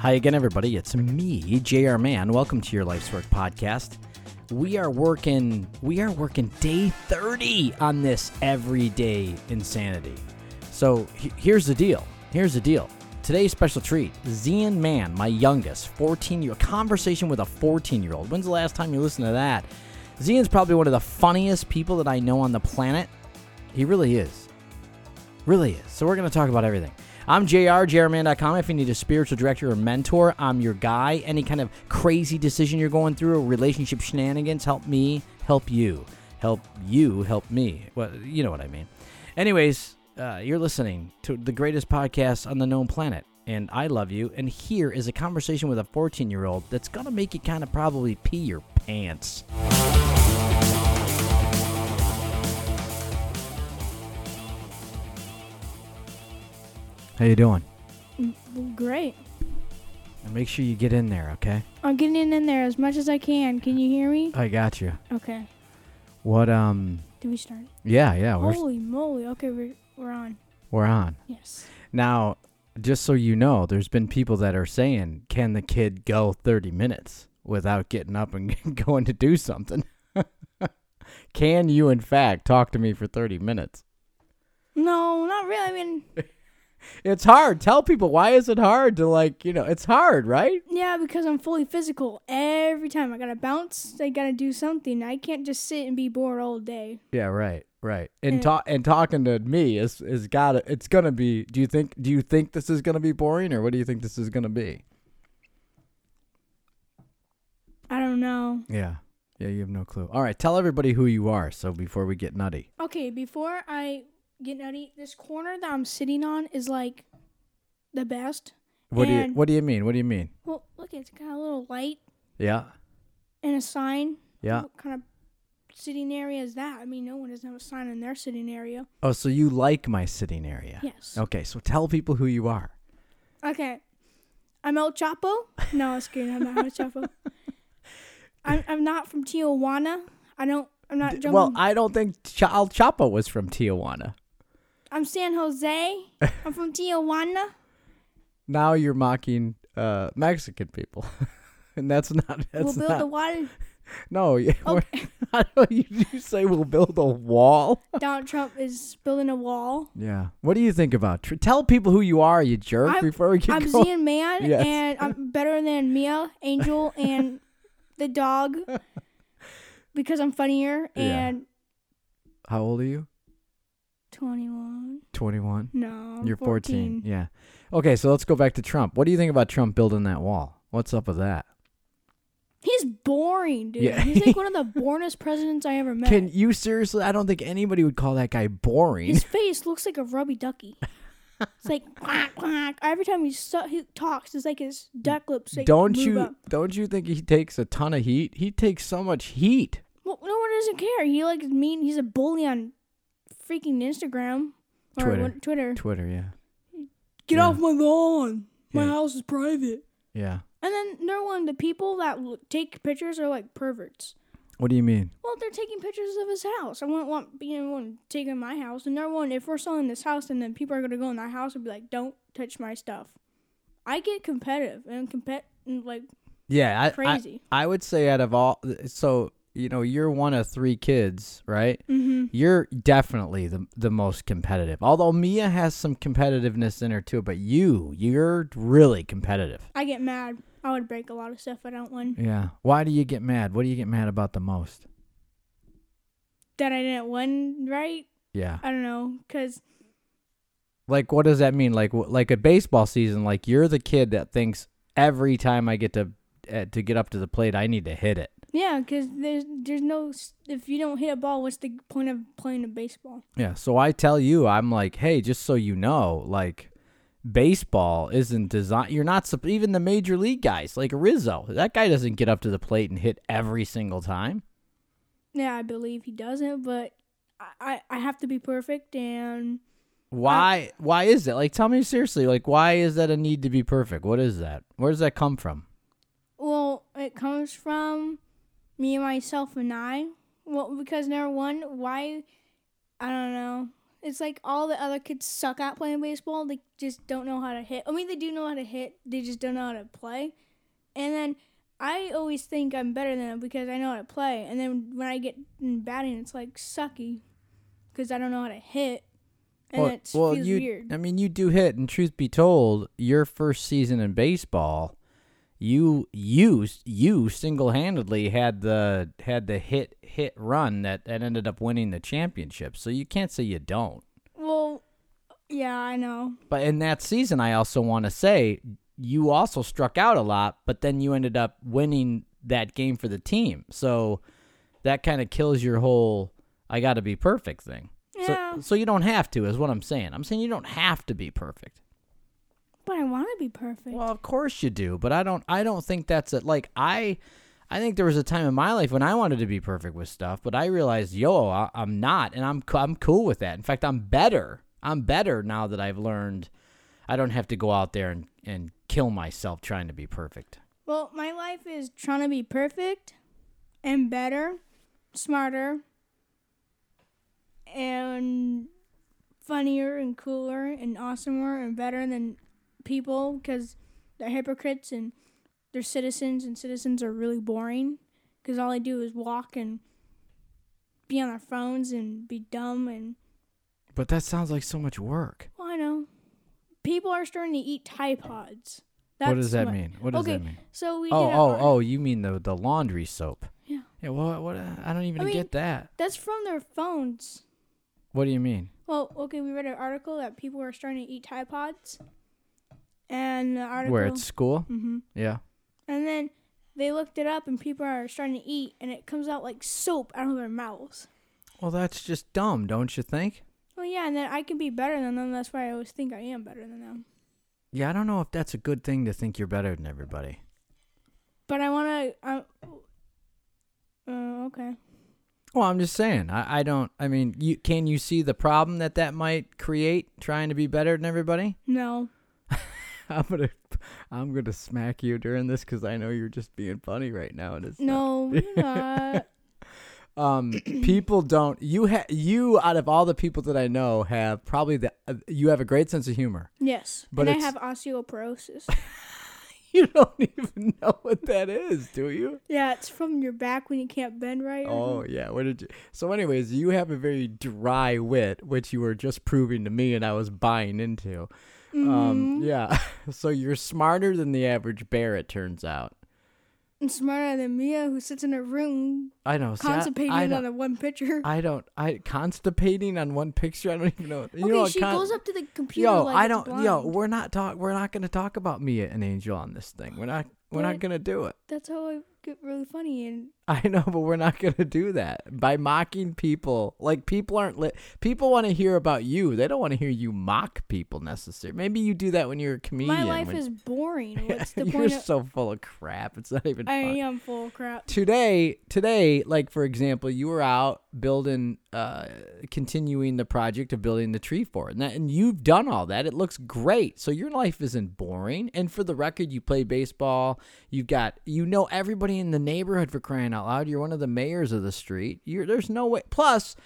Hi again, everybody. It's me, JR Mann. Welcome to your Life's Work podcast. We are working. We are working day thirty on this everyday insanity. So he- here's the deal. Here's the deal. Today's special treat: Zian Man, my youngest, fourteen year conversation with a fourteen year old. When's the last time you listened to that? Zian's probably one of the funniest people that I know on the planet. He really is. Really is. So we're going to talk about everything. I'm JR, JRman.com. If you need a spiritual director or mentor, I'm your guy. Any kind of crazy decision you're going through or relationship shenanigans, help me, help you. Help you, help me. Well, you know what I mean. Anyways, uh, you're listening to the greatest podcast on the known planet, and I love you. And here is a conversation with a 14 year old that's going to make you kind of probably pee your pants. How you doing? Great. And make sure you get in there, okay? I'm getting in there as much as I can. Can you hear me? I got you. Okay. What um Did we start? yeah, yeah, Oh, we're Holy moly. Okay, we're, we're on. we're on. Yes. Now, just so you know, there's been people that are saying, "Can the kid go 30 minutes without getting up and going to do something?" Can you in fact talk to me for 30 minutes? No, not really. I mean, It's hard. Tell people why is it hard to like, you know, it's hard, right? yeah, because I'm fully physical every time. I gotta bounce. I gotta do something. I can't just sit and be bored all day. Yeah, right, right. And And- talk and talking to me is is got to it's going to be do you think do you think this is going to be boring or what do you think this is going to be? I don't know. Yeah. Yeah, you have no clue. All right, tell everybody who you are so before we get nutty. Okay, before I get nutty, this corner that I'm sitting on is like the best. What do you And- what do you mean? What do you mean? Well, look, it's got a little light Yeah. and a sign. Yeah. What kind of sitting area is that? I mean, no one doesn't have a sign in their sitting area. Oh, so you like my sitting area. Yes. Okay, so tell people who you are. Okay. I'm El Chapo. No, I'm kidding. I'm not El Chapo. I'm, I'm not from Tijuana. I don't. I'm not jumping. Well, I don't think Ch- Al Chapo was from Tijuana. I'm San Jose. I'm from Tijuana. Now you're mocking uh, Mexican people. and that's not that's we'll build not a wall. No, yeah, we're- I don't- you, you say we'll build a wall. Donald Trump is building a wall. Yeah. What do you think about? Tr- tell people who you are, you jerk, I'm- before we get I'm going. Zian Man, Yes. and I'm better than Mia, Angel, and the dog because I'm funnier Yeah. and How old are you? 21. 21. No, I'm You're 14. Yeah. Okay, so let's go back to Trump. What do you think about Trump building that wall? What's up with that? He's boring, dude. Yeah. He's like one of the boringest presidents I ever met. Can you seriously? I don't think anybody would call that guy boring. His face looks like a rubby ducky. It's like quack quack. Every time he, su- he talks, it's like his duck lips. Like, Don't move you Up. don't you think he takes a ton of heat? He takes so much heat. Well, no one doesn't care. He likes mean. He's a bully on freaking Instagram or Twitter. what- Twitter. Twitter, yeah. Get Yeah. off my lawn. My Yeah. house is private. Yeah. And then they're one of the people that l- take pictures are like perverts. What do you mean? Well, they're taking pictures of his house. I wouldn't want anyone taking my house. And number one, if we're selling this house, and then people are gonna go in that house and be like, "Don't touch my stuff." I get competitive and compet and like Yeah, I, crazy. I I would say out of all so you know, you're one of three kids, right? mm-hmm. You're definitely the the most competitive. Although Mia has some competitiveness in her too, but you, you're really competitive. I get mad. I would break a lot of stuff if I don't win. Yeah. Why do you get mad? What do you get mad about the most? That I didn't win right. Yeah. I don't know, cause Like, what does that mean? Like, wh- like a baseball season. Like, you're the kid that thinks every time I get to uh, to get up to the plate, I need to hit it. yeah, cause there's there's no s- if you don't hit a ball, what's the point of playing a baseball? Yeah. So I tell you, I'm like, hey, just so you know, like, baseball isn't designed. You're not sup- even the major league guys like Rizzo. That guy doesn't get up to the plate and hit every single time. Yeah, I believe he doesn't, but I I, I have to be perfect and. Why? why is that? Like, tell me seriously. Like, why is that a need to be perfect? What is that? Where does that come from? Well, it comes from me, myself, and I. Well, because number one, why? I don't know. It's like all the other kids suck at playing baseball. They just don't know how to hit. I mean, they do know how to hit. They just don't know how to play. And then I always think I'm better than them because I know how to play. And then when I get in batting, it's like sucky because I don't know how to hit. And well, it well, feels you. weird. I mean, you do hit, and truth be told, your first season in baseball, you you you single handedly had the had the hit hit run that that ended up winning the championship. So you can't say you don't. Well, yeah, I know. But in that season, I also want to say you also struck out a lot, but then you ended up winning that game for the team. So that kind of kills your whole I got to be perfect thing. Yeah. So, so you don't have to, is what I'm saying. I'm saying you don't have to be perfect. But I want to be perfect. Well, of course you do, but I don't. I don't think that's it. Like I, I think there was a time in my life when I wanted to be perfect with stuff, but I realized, yo, I, I'm not, and I'm co- I'm cool with that. In fact, I'm better. I'm better now that I've learned. I don't have to go out there and and kill myself trying to be perfect. Well, my life is trying to be perfect and better, smarter, and funnier and cooler and awesomer and better than people because they're hypocrites and they're citizens, and citizens are really boring because all they do is walk and be on their phones and be dumb and But that sounds like so much work. well, I know. People are starting to eat Tide Pods. what does that my- mean? What does okay, that mean? So we Oh, get oh, our- oh! You mean the the laundry soap? Yeah. Yeah. What? What? I don't even I mean- get that. That's from their phones. What do you mean? Well, okay, we read an article that people are starting to eat Tide Pods. And the article. Where at school? hmm Yeah. And then they looked it up and people are starting to eat and it comes out like soap out of their mouths. Well, that's just dumb, don't you think? Well, yeah, and then I can be better than them. That's why I always think I am better than them. Yeah, I don't know if that's a good thing to think you're better than everybody. But I want to. Uh, uh, okay. Well, I'm just saying, I, I don't. I mean, you can you see the problem that that might create trying to be better than everybody? No. I'm gonna, I'm gonna smack you during this because I know you're just being funny right now, and it's No, you're not. um people don't you ha- you out of all the people that I know have probably the uh, you have a great sense of humor. Yes. But and I it's- have osteoporosis. You don't even know what that is, do you? yeah, it's from your back when you can't bend right. or Oh yeah, what did you? So, anyways, you have a very dry wit, which you were just proving to me, and I was buying into. Mm-hmm. Um, yeah, so you're smarter than the average bear. It turns out. and smarter than Mia, who sits in her room I know. see, I- constipated I, on don't, a one picture. I don't. I constipating on one picture. I don't even know. You okay, know what she con- goes up to the computer. Yo, like I it's don't. blind. Yo, we're not talk. We're not gonna talk about Mia and Angel on this thing. We're not. We're not But- gonna do it. that's how I get really funny. And I know, but we're not going to do that by mocking people. Like people aren't li- people want to hear about you. They don't want to hear you mock people necessarily. Maybe you do that when you're a comedian. my life when- is boring. What's the you're point? Of, so full of crap. It's not even. I funny. am full of crap. Today, today, like for example, you were out building, uh, continuing the project of building the tree fort, and, that, and you've done all that. It looks great. So your life isn't boring. And for the record, you play baseball. You've got, you know, everybody in the neighborhood for crying out loud. You're one of the mayors of the street. You're there's no way. Plus,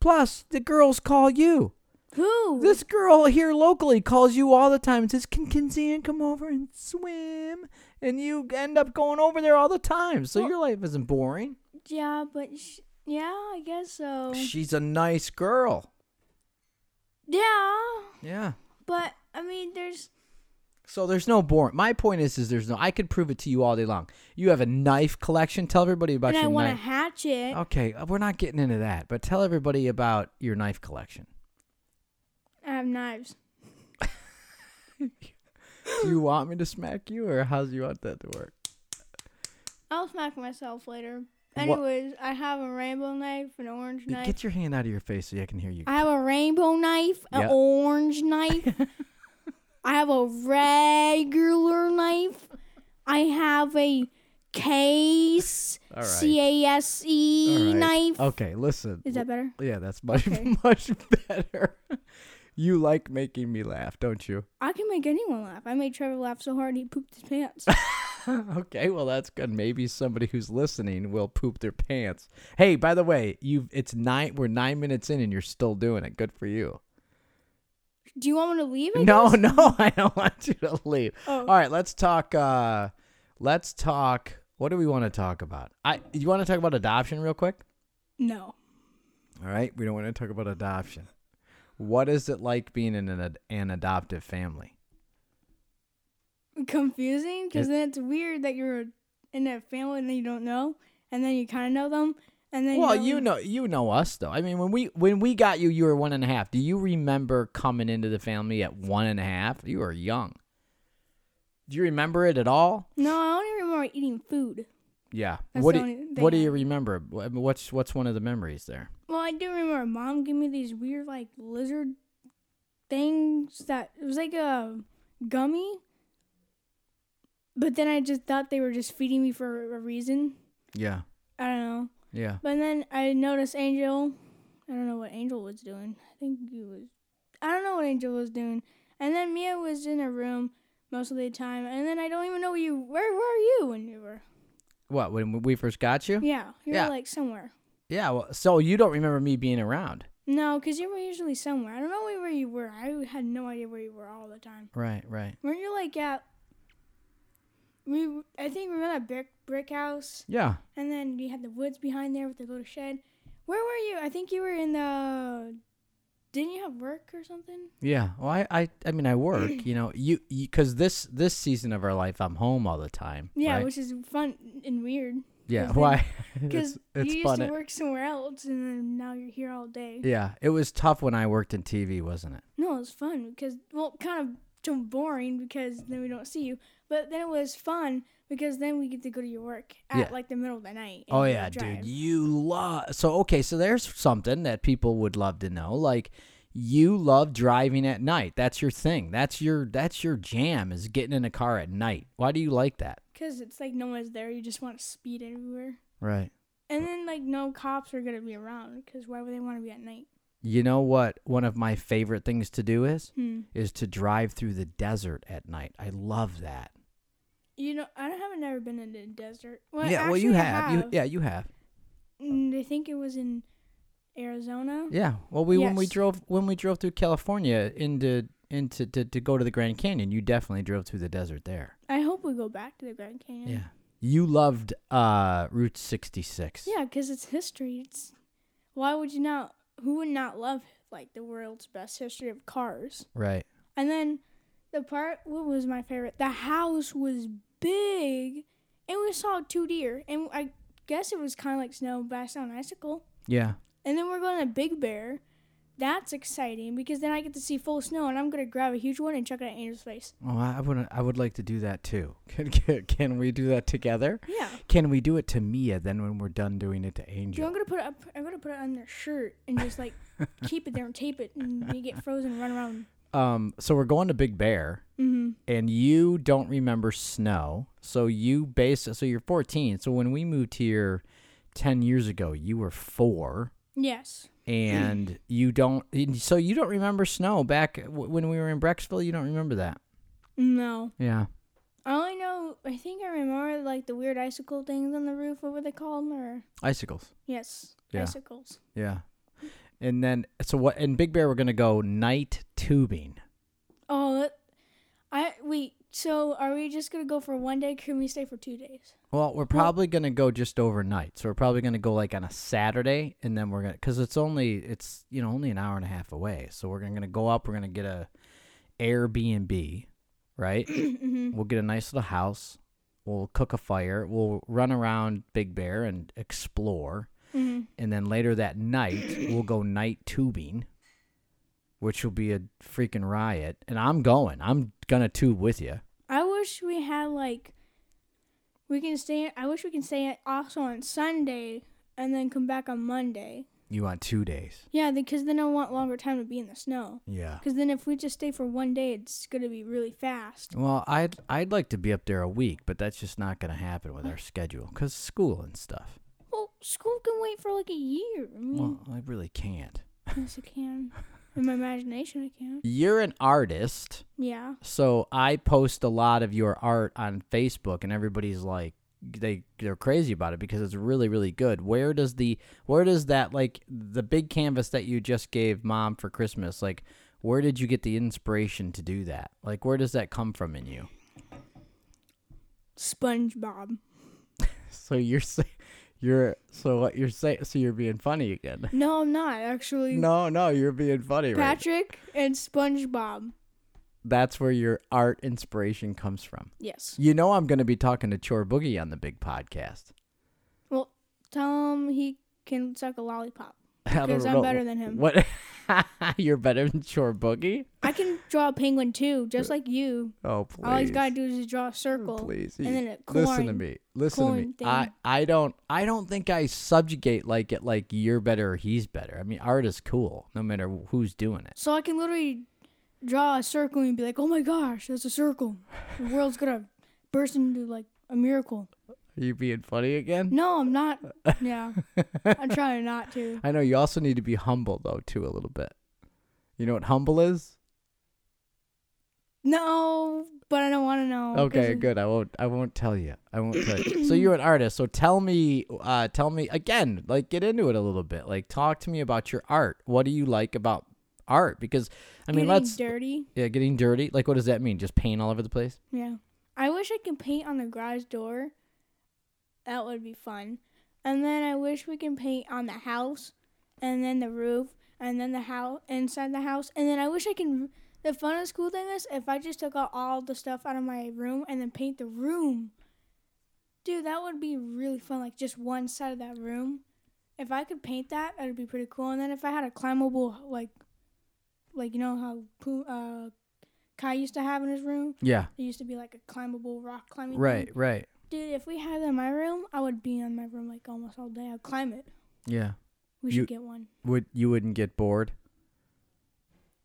plus the girls call you. Who? This girl here locally calls you all the time and says, "Can Kinzian come over and swim?" And you end up going over there all the time. So your life isn't boring. yeah, but sh- yeah, I guess so. She's a nice girl. yeah, Yeah. but I mean, there's So there's no boring. My point is, is there's no. I could prove it to you all day long. You have a knife collection. Tell everybody about and I your want to knife. hatch it. Okay, uh, we're not getting into that, but tell everybody about your knife collection. I have knives. Do you want me to smack you, or how's you want that to work? I'll smack myself later. What- Anyways, I have a rainbow knife, an orange knife. Get your hand out of your face so I can hear you. I have a rainbow knife, an Yep. orange knife. I have a regular knife. I have a case, All right. C A S All E right. Oh. knife. Okay, listen. Is that better? Yeah, that's much Okay. much better. You like making me laugh, don't you? I can make anyone laugh. I made Trevor laugh so hard he pooped his pants. okay, well that's good. Maybe somebody who's listening will poop their pants. Hey, by the way, you it's nine. We're nine minutes in, and you're still doing it. Good for you. Do you want me to leave? I No, guess? no, I don't want you to leave. Oh. All right, let's talk. uh Let's talk. What do we want to talk about? I you want to talk about adoption real quick? No. All right, we don't want to talk about adoption. What is it like being in an, ad- an adoptive family? Confusing because It- then it's weird that you're in a family and you don't know, and then you kind of know them, and then Well, don't you know, you know us though. I mean, when we when we got you, you were one and a half. Do you remember coming into the family at one and a half? You were young. Do you remember it at all? No, I only remember eating food. Yeah. That's what the do, only thing What do I- you remember? Wh- What's What's one of the memories there? Well, I do remember mom gave me these weird like lizard things that it was like a gummy. But then I just thought they were just feeding me for a reason. Yeah. I don't know. Yeah. But then I noticed Angel. I don't know what Angel was doing. I think he was. I don't know what Angel was doing. And then Mia was in her room most of the time. And then I don't even know where you. Where were you when you were? What when we first got you? Yeah, you Yeah. were like somewhere. Yeah. Well, so you don't remember me being around? No, because you were usually somewhere. I don't know where you were. I had no idea where you were all the time. Right. Right. Weren't you like at? We I think we were at brick brick house, Yeah. and then we had the woods behind there with the little shed. Where were you? I think you were in the. Didn't you have work or something? Yeah. Well, I, I, I mean, I work. You know, you because this this season of our life, I'm home all the time. Yeah, right? which is fun and weird. yeah. is- Why? Because it's you it's used fun. to work somewhere else, and then now you're here all day. yeah, it was tough when I worked in TV, wasn't it? No, it was fun because well, kind of so boring because then we don't see you. But then it was fun because then we get to go to your work at Yeah. like the middle of the night. and Oh go yeah, drive. dude, you love. So okay, so there's something that people would love to know, like. You love driving at night. That's your thing. That's your that's your jam is getting in a car at night. Why do you like that? Because it's like no one's there. You just want to speed everywhere. Right. And then like no cops are gonna be around because why would they want to be at night? You know what one of my favorite things to do is? Hmm. Is to drive through the desert at night. I love that. You know, I haven't never been in the desert. Well, yeah, well you actually, I have. You, yeah, you have. Mm, I think it was in Arizona. Yeah. Well, we when we Yes. drove when we drove through California into into to, to go to the Grand Canyon, you definitely drove through the desert there. I hope we go back to the Grand Canyon. Yeah. You loved uh Route 66. Yeah, because it's history. It's why would you not? Who would not love like the world's best history of cars? Right. And then the part what was my favorite? The house was big, and we saw two deer, and I guess it was kind of like snow, but I saw an icicle. Yeah. And then we're going to Big Bear. That's exciting because then I get to see full snow, and I'm gonna grab a huge one and chuck it at Angel's face. Oh, I I would I would like to do that too. Can, can, can we do that together? Yeah. Can we do it to Mia then when we're done doing it to Do you Angel? want to put it up? I'm gonna put it on their shirt and just like keep it there and tape it, and you get frozen and run around. Um so we're going to Big Bear. Mm-hmm. and you don't remember snow. So you base so you're 14. So when we moved here 10 years ago, you were 4 Yes. and you don't so you don't remember snow back w- when we were in Brecksville, you don't remember that. No. Yeah. I only know. I think I remember like the weird icicle things on the roof. What were they called? Or Icicles. yes, Yeah. icicles. Yeah. And then so what in Big Bear we're going to go night tubing. Oh, that- I wait. So are we just gonna go for one day? Can we stay for two days? Well, we're probably going to go just overnight. So we're probably going to go like on a Saturday and then we're going to cuz it's only it's you know only an hour and a half away. So we're going to go up, we're going to get a Airbnb, right? mm-hmm. we'll get a nice little house. We'll cook a fire. We'll run around Big Bear and explore. hmm And then later that night, we'll go night tubing, which will be a freaking riot. And I'm going. I'm going to tube with you. I wish we had like. We can stay. I wish we can stay at- also on Sunday and then come back on Monday. You want two days? Yeah, because then I want longer time to be in the snow. Yeah. Because then if we just stay for one day, it's gonna be really fast. Well, I'd I'd like to be up there a week, but that's just not going to happen with our schedule cuz school and stuff. Mm. Well, school can wait for like a year. I mean, Well, I really can't. Yes, it can. In my imagination, I can't. You're an artist, Yeah. so I post a lot of your art on Facebook, and everybody's like, they they're crazy about it because it's really really good. Where does the where does that like the big canvas that you just gave mom for Christmas like? Where did you get the inspiration to do that? Like, where does that come from in you? SpongeBob. So you're sa- you're so what you're saying? So you're being funny again? No, I'm not actually. No, no, you're being funny. right? Patrick and SpongeBob. That's where your art inspiration comes from. Yes. You know, I'm going to be talking to Chore Boogie on the big podcast. Well, tell him he can suck a lollipop. I Because don't I'm know- better than him. What? you're better than Chore Boogie? I can draw a penguin too, just like you. Oh, please. All he's gotta do is just draw a circle. Please, and you- then it listen to corn- me. Listen to me. corn I, thing. I don't I don't think I subjugate like it like you're better or he's better. I mean, art is cool no matter who's doing it. So I can literally draw a circle and be like, "Oh my gosh, that's a circle! The world's gonna burst into like a miracle." Are you being funny again? No, I'm not. Yeah, I'm trying not to. I know you also need to be humble though too a little bit. You know what humble is? No, but I don't want to know. 'cause Okay, it- good. I won't. I won't tell you. I won't tell you. So you're an artist. So tell me. Uh, tell me again. Like get into it a little bit. Like talk to me about your art. What do you like about art? Because I mean, getting let's dirty. yeah, getting dirty. Like what does that mean? Just paint all over the place? Yeah, I wish I could paint on the garage door. That would be fun. And then I wish we can paint on the house, and then the roof, and then the house inside the house. And then I wish I can. The funnest cool thing is if I just took out all the stuff out of my room and then paint the room. Dude, that would be really fun. Like just one side of that room. If I could paint that, that'd be pretty cool. And then if I had a climbable like, like you know how Pooh- uh, Kai used to have in his room. Yeah. It used to be like a climbable rock climbing. thing. Right. Right. Dude, if we had that in my room, I would be in my room like almost all day. I'd climb it. Yeah. We You- should get one. Would you wouldn't get bored?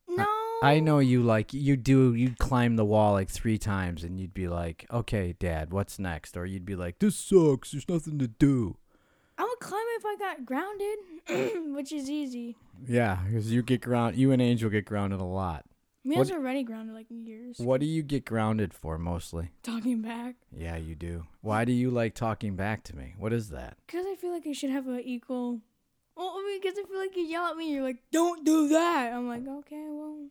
No. I know you like you do. You'd climb the wall like three times, and you'd be like, "Okay, Dad, what's next?" Or you'd be like, "This sucks. There's nothing to do." I would climb it if I got grounded, which is easy. Yeah, because you get ground. You and Angel get grounded a lot. Me, I What was d- already grounded like years. What do you get grounded for mostly? Talking back. Yeah, you do. Why do you like talking back to me? What is that? Because I feel like I should have an equal. Well, I mean, because I feel like you yell at me, you're like, don't do that. I'm like, okay, well,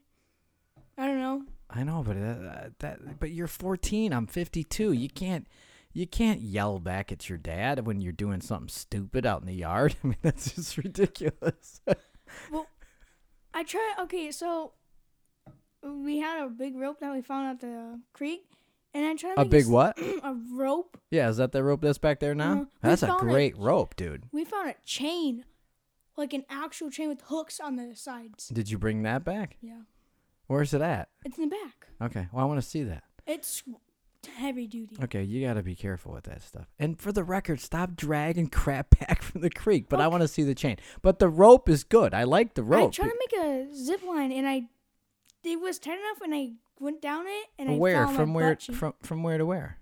I don't know. I know, but that, that but you're 14, I'm 52. You can't you can't yell back at your dad when you're doing something stupid out in the yard. I mean, that's just ridiculous. I try. Okay, so we had a big rope that we found at the creek, and I tried. a like, big s- what? a rope. Yeah, is that the rope that's back there now? Uh-huh. We That's a found it. great rope, dude. We found a chain, like an actual chain with hooks on the sides. Did you bring that back? Yeah, Where's it at? it's in the back. Okay. Well, I want to see that. It's heavy duty. Okay, you got to be careful with that stuff. And for the record, stop dragging crap back from the creek. But I Okay. want to see the chain. But the rope is good. I like the I rope. tried to make a zip line, and I it was tight enough, and I went down it, and I where found from my where butt cheek. from from where to where?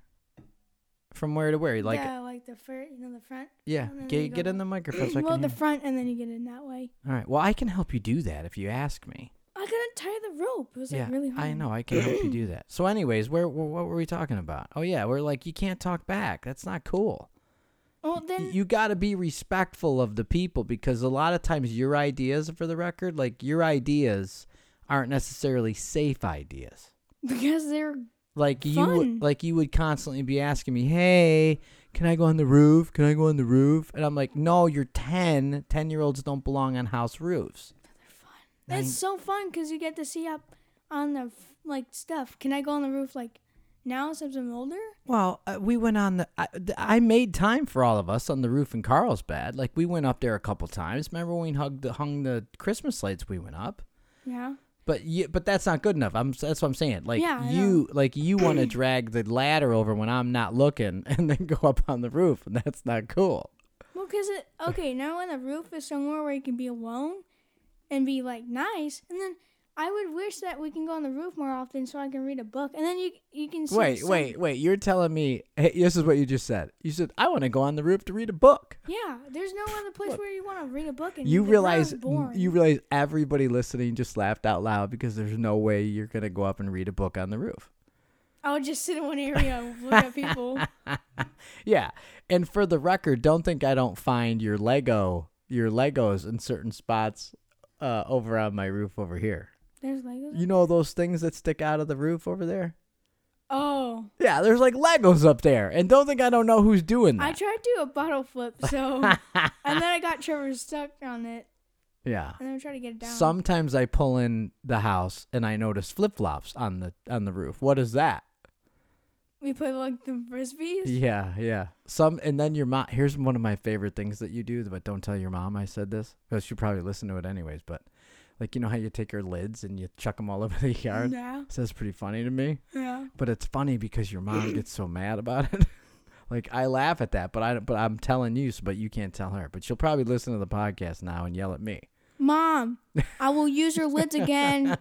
From where to where? Like yeah, yeah, like the front, you know, the front. and then you get go get in the down. microphone so I well, can the hear. front, and then you get in that way. All right. Well, I can help you do that if you ask me. I couldn't tie the rope. It was yeah, like really hard. I know. I can help you do that. So, anyways, where, where what were we talking about? Oh yeah, we're like you can't talk back. That's not cool. Well, Y- then you got to be respectful of the people because a lot of times your ideas for the record like your ideas aren't necessarily safe ideas because they're like you Fun. would like you would constantly be asking me hey can i go on the roof can i go on the roof and i'm like no you're 10 10 year olds don't belong on house roofs Nine- It's so fun because you get to see up on the f- like stuff. Can I go on the roof like now since I'm older? well uh, we went on the I, th- I made time for all of us on the roof in carlsbad like we went up there a couple times remember when we hugged the, hung the christmas lights we went up Yeah. But you, but that's not good enough. I'm that's what I'm saying. Like Yeah, I you, like you want to drag the ladder over when I'm not looking, and then go up on the roof, and that's not cool. Well, cause it okay now on the roof is somewhere where you can be alone and be like nice, and then I would wish that we can go on the roof more often so I can read a book, and then you you can see Wait, some- wait, wait. You're telling me hey, this is what you just said. You said I want to go on the roof to read a book. Yeah, there's no other place where you want to read a book and You the realize ground's boring. you realize everybody listening just laughed out loud because there's no way you're going to go up and read a book on the roof. I would just sit in one area and look at people. Yeah. And for the record, don't think I don't find your Lego, your Legos in certain spots uh, over on my roof over here. There's Legos. You know those things that stick out of the roof over there? Oh, Yeah, there's like Legos up there. And don't think I don't know who's doing I that. tried to do a bottle flip, so and then I got Trevor stuck on it, yeah. and then I tried to get it down. Sometimes I pull in the house and I notice flip-flops on the on the roof. What is that? we play like the frisbees. Yeah, yeah. Some and then your mom. Here's one of my favorite things that you do, but don't tell your mom I said this because she probably listen to it anyways. But like you know how you take her lids and you chuck them all over the yard. Yeah, So that's pretty funny to me. yeah. But it's funny because your mom gets so mad about it. like I laugh at that, but I but I'm telling you, so- but you can't tell her. But she'll probably listen to the podcast now and yell at me. Mom, I will use your lids again.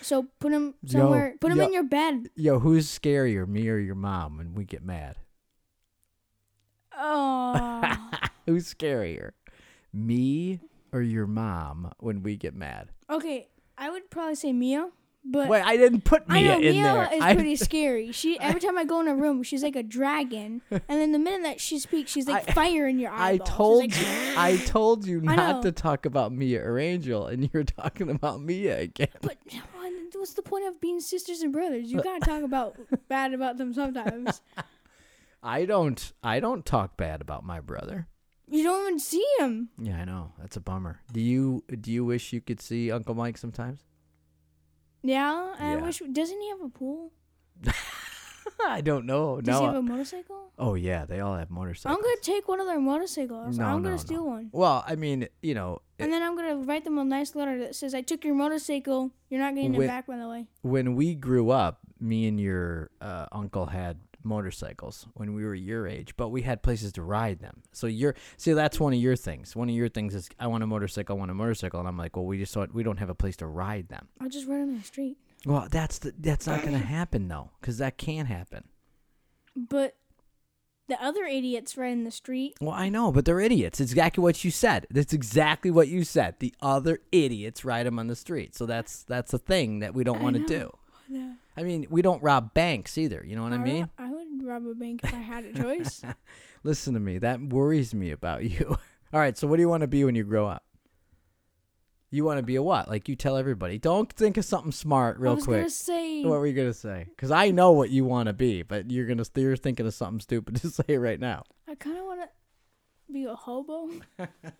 So put them Yo, somewhere. put them yo. in your bed. Yo, who's scarier, me or your mom? When we get mad, Oh, who's scarier, me or your mom? When we get mad. okay. I would probably say Mia, but Wait, I didn't put I Mia know in Mia there. is I, pretty scary. She every time I go in a room, she's like a dragon, and then the minute that she speaks, she's like I- fire in your I eyeball. She's told like, you, I told you I not know. to talk about Mia or Angel, and you're talking about Mia again. But what's the point of being sisters and brothers? You gotta talk about bad about them sometimes. I don't, I don't talk bad about my brother. You don't even see him. Yeah, I know. That's a bummer. Do you, do you wish you could see Uncle Mike sometimes? Yeah, and Yeah. I wish. Doesn't he have a pool? I don't know. Does he no. uh, have a motorcycle? oh yeah, they all have I'm motorcycles. gonna take one of their motorcycles. No, I'm no, gonna no. steal one. Well, I mean, you know, And then I'm gonna write them a nice letter that says, "I took your motorcycle. You're not getting Wi- it back, by the way." when we grew up, me and your uh, uncle had motorcycles when we were your age, but we had places to ride them. So you're see, that's one of your things. One of your things is I want a motorcycle, I want a motorcycle, and I'm like, well, we just thought we don't have a place to ride them. I'll just run on the street. Well, that's the, that's not gonna happen though, because that can happen. But the other idiots right in the street. Well, I know, but they're idiots. It's exactly what you said. That's exactly what you said. The other idiots ride them on the street, so that's that's a thing that we don't I want to know. do. Yeah. I mean, we don't rob banks either. You know what I ro- mean? I would rob a bank if I had a choice. Listen to me. That worries me about you. All right. So, what do you want to be when you grow up? You want to be a what? Like you tell everybody. Don't think of something smart I real was quick. gonna say. What were you gonna say? Because I know what you want to be, but you're gonna you're thinking of something stupid to say right now. I kind of want to be a hobo,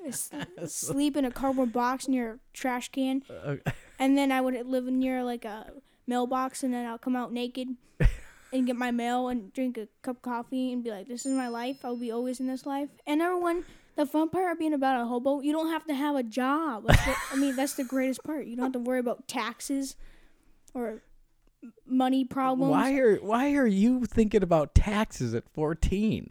S- sleep in a cardboard box near a trash can, Uh, and then I would live near like a mailbox, and then I'll come out naked and get my mail and drink a cup of coffee and be like, "This is my life. I'll be always in this life." And everyone, the fun part of being about a hobo, you don't have to have a job. That's the- I mean, that's the greatest part. You don't have to worry about taxes or m- money problems. why are Why are you thinking about taxes at 14?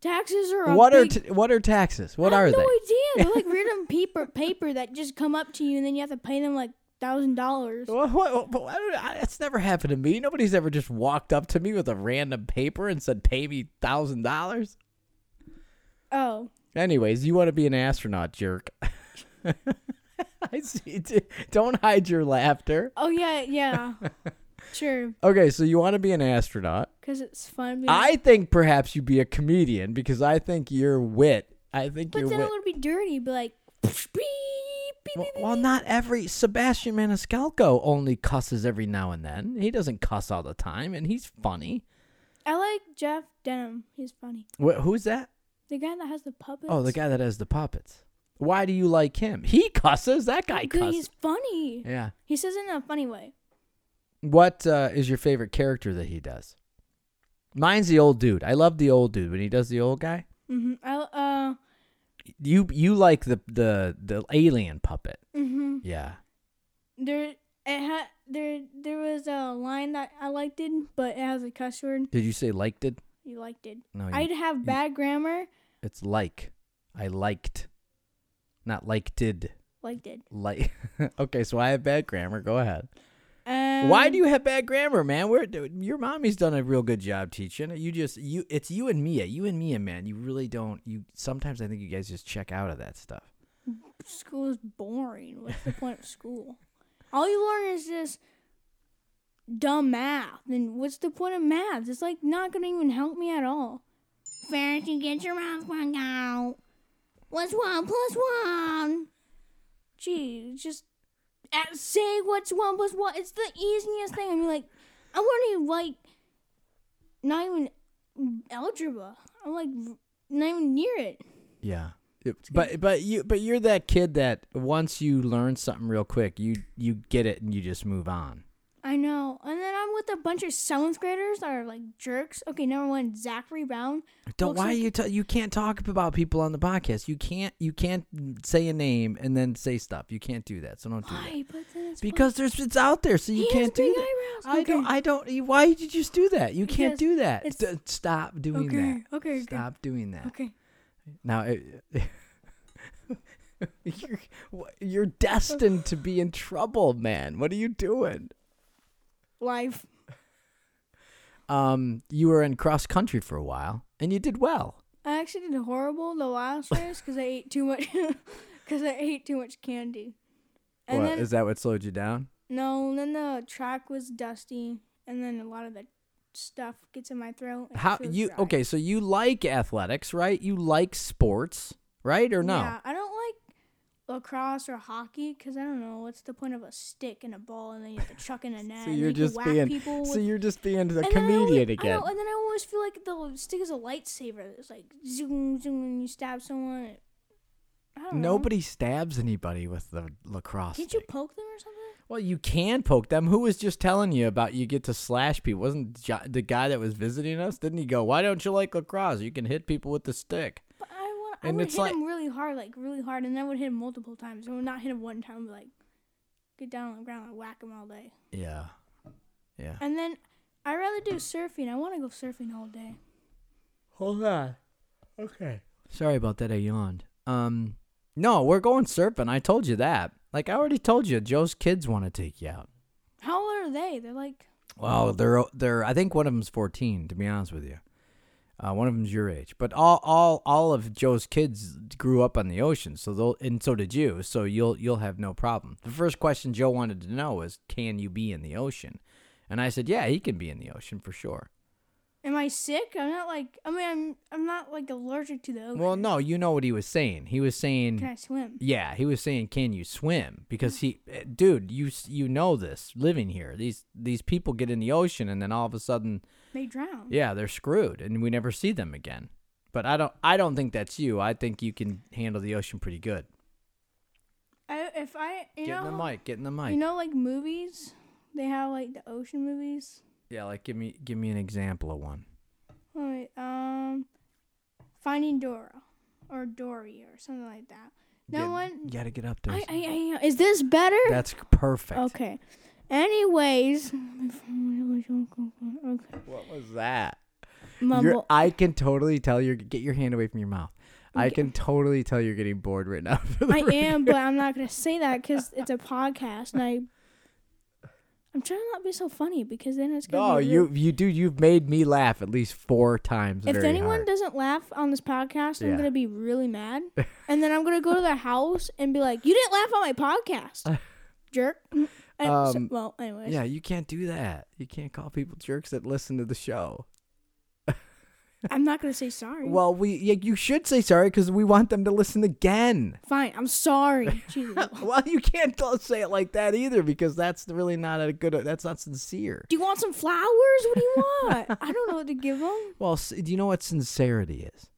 Taxes are a What are big- t- What are taxes? What I are have they? no idea. They're like random paper paper that just come up to you, and then you have to pay them like thousand dollars. Well, what, what, I don't, I, that's never happened to me. Nobody's ever just walked up to me with a random paper and said, "Pay me thousand dollars." Oh, Anyways, you want to be an astronaut, jerk. I see. D- Don't hide your laughter. oh yeah, yeah, sure, Okay, so you want to be an astronaut. because it's fun. being- I think perhaps you'd be a comedian because I think your wit. I think but your then wit. it would be dirty. Be like, beep, beep, beep, Well, beep, well, beep. not every Sebastian Maniscalco only cusses every now and then. He doesn't cuss all the time, and he's funny. I like Jeff Denham. He's funny. Wh- who's that? The guy that has the puppets. Oh, the guy that has the puppets. Why do you like him? He cusses. That guy Good, cusses. he's funny. Yeah. He says it in a funny way. What uh, is your favorite character that he does? Mine's the old dude. I love the old dude when he does the old guy. Mm-hmm. I You you like the the the alien puppet? uh mm-hmm. Yeah. There it had there there was a line that I liked it, but it has a cuss word. Did you say liked it? You liked it. No, you, I'd have bad grammar. it's like. I liked, not liked did. like did. Like, okay, so I have bad grammar. Go ahead. Um, Why do you have bad grammar, man? We're, dude, your mommy's done a real good job teaching. You just you, it's you and Mia. You and Mia, man. You really don't. You sometimes I think you guys just check out of that stuff. school is boring? What's the point of school? All you learn is this dumb math. Then what's the point of math? It's like not gonna even help me at all. Ferris, you get your mouth one out. What's one plus one? Gee, just at, say what's one plus one. It's the easiest thing. I mean, like, I want to like not even algebra. I'm like not even near it. Yeah. But but you but you're that kid that once you learn something real quick, you you get it and you just move on. I know. And then I'm with a bunch of seventh graders that are like jerks. Okay, number one, Zachary Brown. Don't Looks why like- you t- you can't talk about people on the podcast. You can't you can't say a name and then say stuff. You can't do that. So don't do that. Why? But then it's Because there's it's out there, so you He has can't do big that. eyebrows. I don't Okay. I don't you- why did you just do that? You can't Because do that. it's- D- stop doing okay, that. okay, okay. Stop doing that. okay. Now it, you're wh- you're destined to be in trouble, man. What are you doing? Life. um, you were in cross country for a while and you did well. I actually did horrible the last race because I ate too much. Because I ate too much candy. What is And then that what slowed you down? no, and then the track was dusty, and then a lot of the stuff gets in my throat. and it How feels you dry. okay? So you like athletics, right? You like sports, right? Or no? Yeah, I don't like lacrosse or hockey because I don't know what's the point of a stick and a ball and then you have to chuck in a net. So and you're you can just whack being people so with- you're just being the And then I always- comedian I again. know, and then I always feel like the stick is a lightsaber. It's like zoom, zoom, and you stab someone. and- I don't know. Nobody stabs anybody with the lacrosse. Did you stick. poke them or something? Well, you can poke them. Who was just telling you about you get to slash people? Wasn't jo- the guy that was visiting us? Didn't he go? Why don't you like lacrosse? You can hit people with the stick. But I want. I And would it's hit like- him really hard, like really hard, and then I would hit him multiple times. I would not hit him one time. I'd be like, get down on the ground and whack him all day. Yeah, yeah. And then I would rather do surfing. I want to go surfing all day. Hold on. Okay. Sorry about that. I yawned. Um, no, we're going surfing. I told you that. Like I already told you, Joe's kids want to take you out. How old are they? They're like Well, they're they're. I think one of them's fourteen. To be honest with you, uh, one of them's your age. But all all all of Joe's kids grew up on the ocean, so they'll and so did you. So you'll you'll have no problem. The first question Joe wanted to know was, "Can you be in the ocean?" And I said, "Yeah, he can be in the ocean for sure." Am I sick? I'm not like I mean I'm I'm not like allergic to the ocean. Well, no, you know what he was saying. He was saying, Can I swim? Yeah, he was saying, "Can you swim?" Because he, eh, dude, you s- you know this living here. These these people get in the ocean and then all of a sudden, They drown. yeah, they're screwed, and we never see them again. But I don't I don't think that's you. I think you can handle the ocean pretty good. I, if I you get know in the mic. Get in the mic. you know like movies, they have like the ocean movies. yeah, like give me give me an example of one. Wait, um, Finding Dora or Dory or something like that. No Get- one. You got to get up there. I, I, I, is this better? that's perfect. okay. Anyways, okay. What was that? You're, Mumble. I can totally tell you're get your hand away from your mouth. I can totally tell you're getting bored right now. I am, but I'm not gonna say that because it's a podcast, and I. I'm trying to not be so funny because then it's gonna. No, be you rude. you do. You've made me laugh at least four times. If very anyone hard. doesn't laugh on this podcast, Yeah. I'm gonna be really mad, and then I'm gonna go to their house and be like, "You didn't laugh on my podcast, jerk." And so- Um, well, anyways, yeah, you can't do that. You can't call people jerks that listen to the show. I'm not gonna say sorry. Well, we yeah, you should say sorry because we want them to listen again. Fine, I'm sorry. Jesus. Well, you can't t- say it like that either because that's really not a good. That's not sincere. Do you want some flowers? What do you want? I don't know what to give them. Well, s- do you know what sincerity is?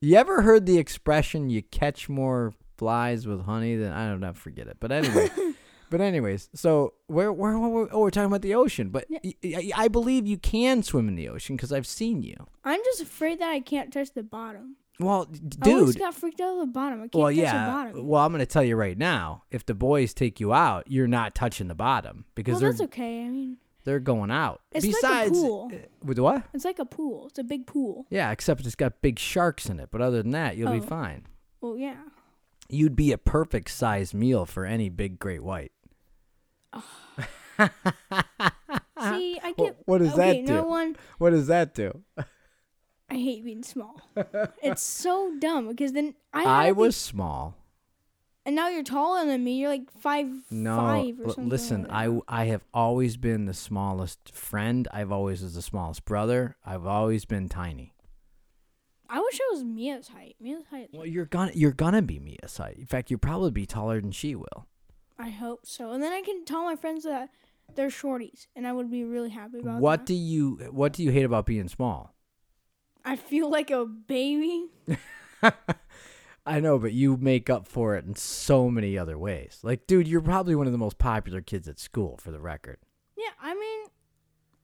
You ever heard the expression "you catch more flies with honey than I don't know"? Forget it. But anyway, but anyways, so where where, where, where- oh we're talking about the ocean, but Yeah. y- y- I believe you can swim in the ocean because I've seen you. I'm just afraid that I can't touch the bottom. Well, d- I always dude. got freaked out of the bottom. I can't Well, touch yeah. the bottom. Well, I'm gonna tell you right now. If the boys take you out, you're not touching the bottom because Well, they're that's okay. I mean, they're going out. It's like a Besides, pool. uh, with what? it's like a pool. It's a big pool. Yeah, except it's got big sharks in it. But other than that, you'll be Oh. fine. Well, yeah. You'd be a perfect size meal for any big great white. See, I Wha- get. what does that okay, No do? one. What does that do? I hate being small. it's so dumb because then I. I, had to- was small. and now you're taller than me. You're like five No, five or l- something. listen, like that. I w- I have always been the smallest friend. I've always was the smallest brother. I've always been tiny. I wish I was Mia's height. Mia's height. Well, you're gonna you're gonna be me aside. In fact, you'll probably be taller than she will. I hope so. And then I can tell my friends that they're shorties, and I would be really happy about What that. do you what do you hate about being small? I feel like a baby. I know, but you make up for it in so many other ways. Like, dude, you're probably one of the most popular kids at school, for the record. Yeah, I mean,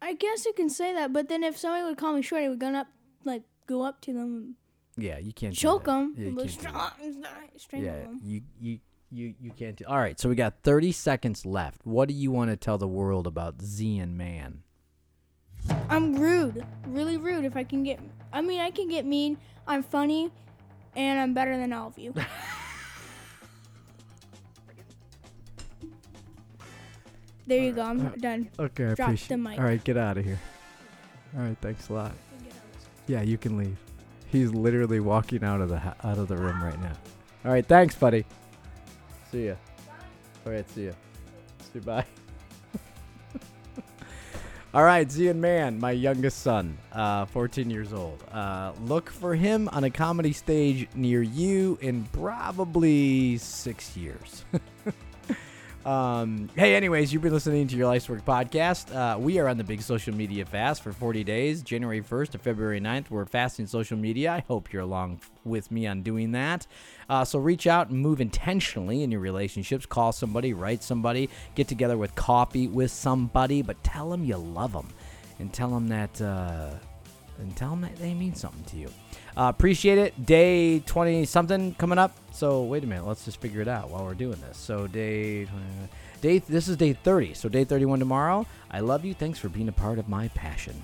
I guess you can say that. But then if somebody would call me short, I would go up, like go up to them, Yeah, you can't and do choke that. them, Yeah, you can't do that. strangle yeah, them. you you you you can't do. All right, so we got 30 seconds left. What do you want to tell the world about Z and Man? I'm rude, really rude. If I can get, I mean, I can get mean. I'm funny, and I'm better than all of you. there you go. I'm done. Okay, I Drop appreciate. the mic. All right, get out of here. All right, thanks a lot. Yeah, you can leave. He's literally walking out of the ho- out of the room right now. All right, thanks, buddy. See ya. All right, see ya. Say bye. All right, Zian Man, my youngest son, uh, 14 years old. Uh, look for him on a comedy stage near you in probably six years. Um, hey, anyways, you've been listening to your Life's Work podcast. Uh, we are on the big social media fast for 40 days, January 1st to February 9th. We're fasting social media. I hope you're along with me on doing that. Uh, so reach out and move intentionally in your relationships. Call somebody, write somebody, get together with coffee with somebody, but tell them you love them and tell them that. Uh, and tell them that they mean something to you. Uh, appreciate it. Day 20 something coming up. So wait a minute, let's just figure it out while we're doing this. So day 20, day this is day 30. So day 31 tomorrow. I love you. Thanks for being a part of my passion.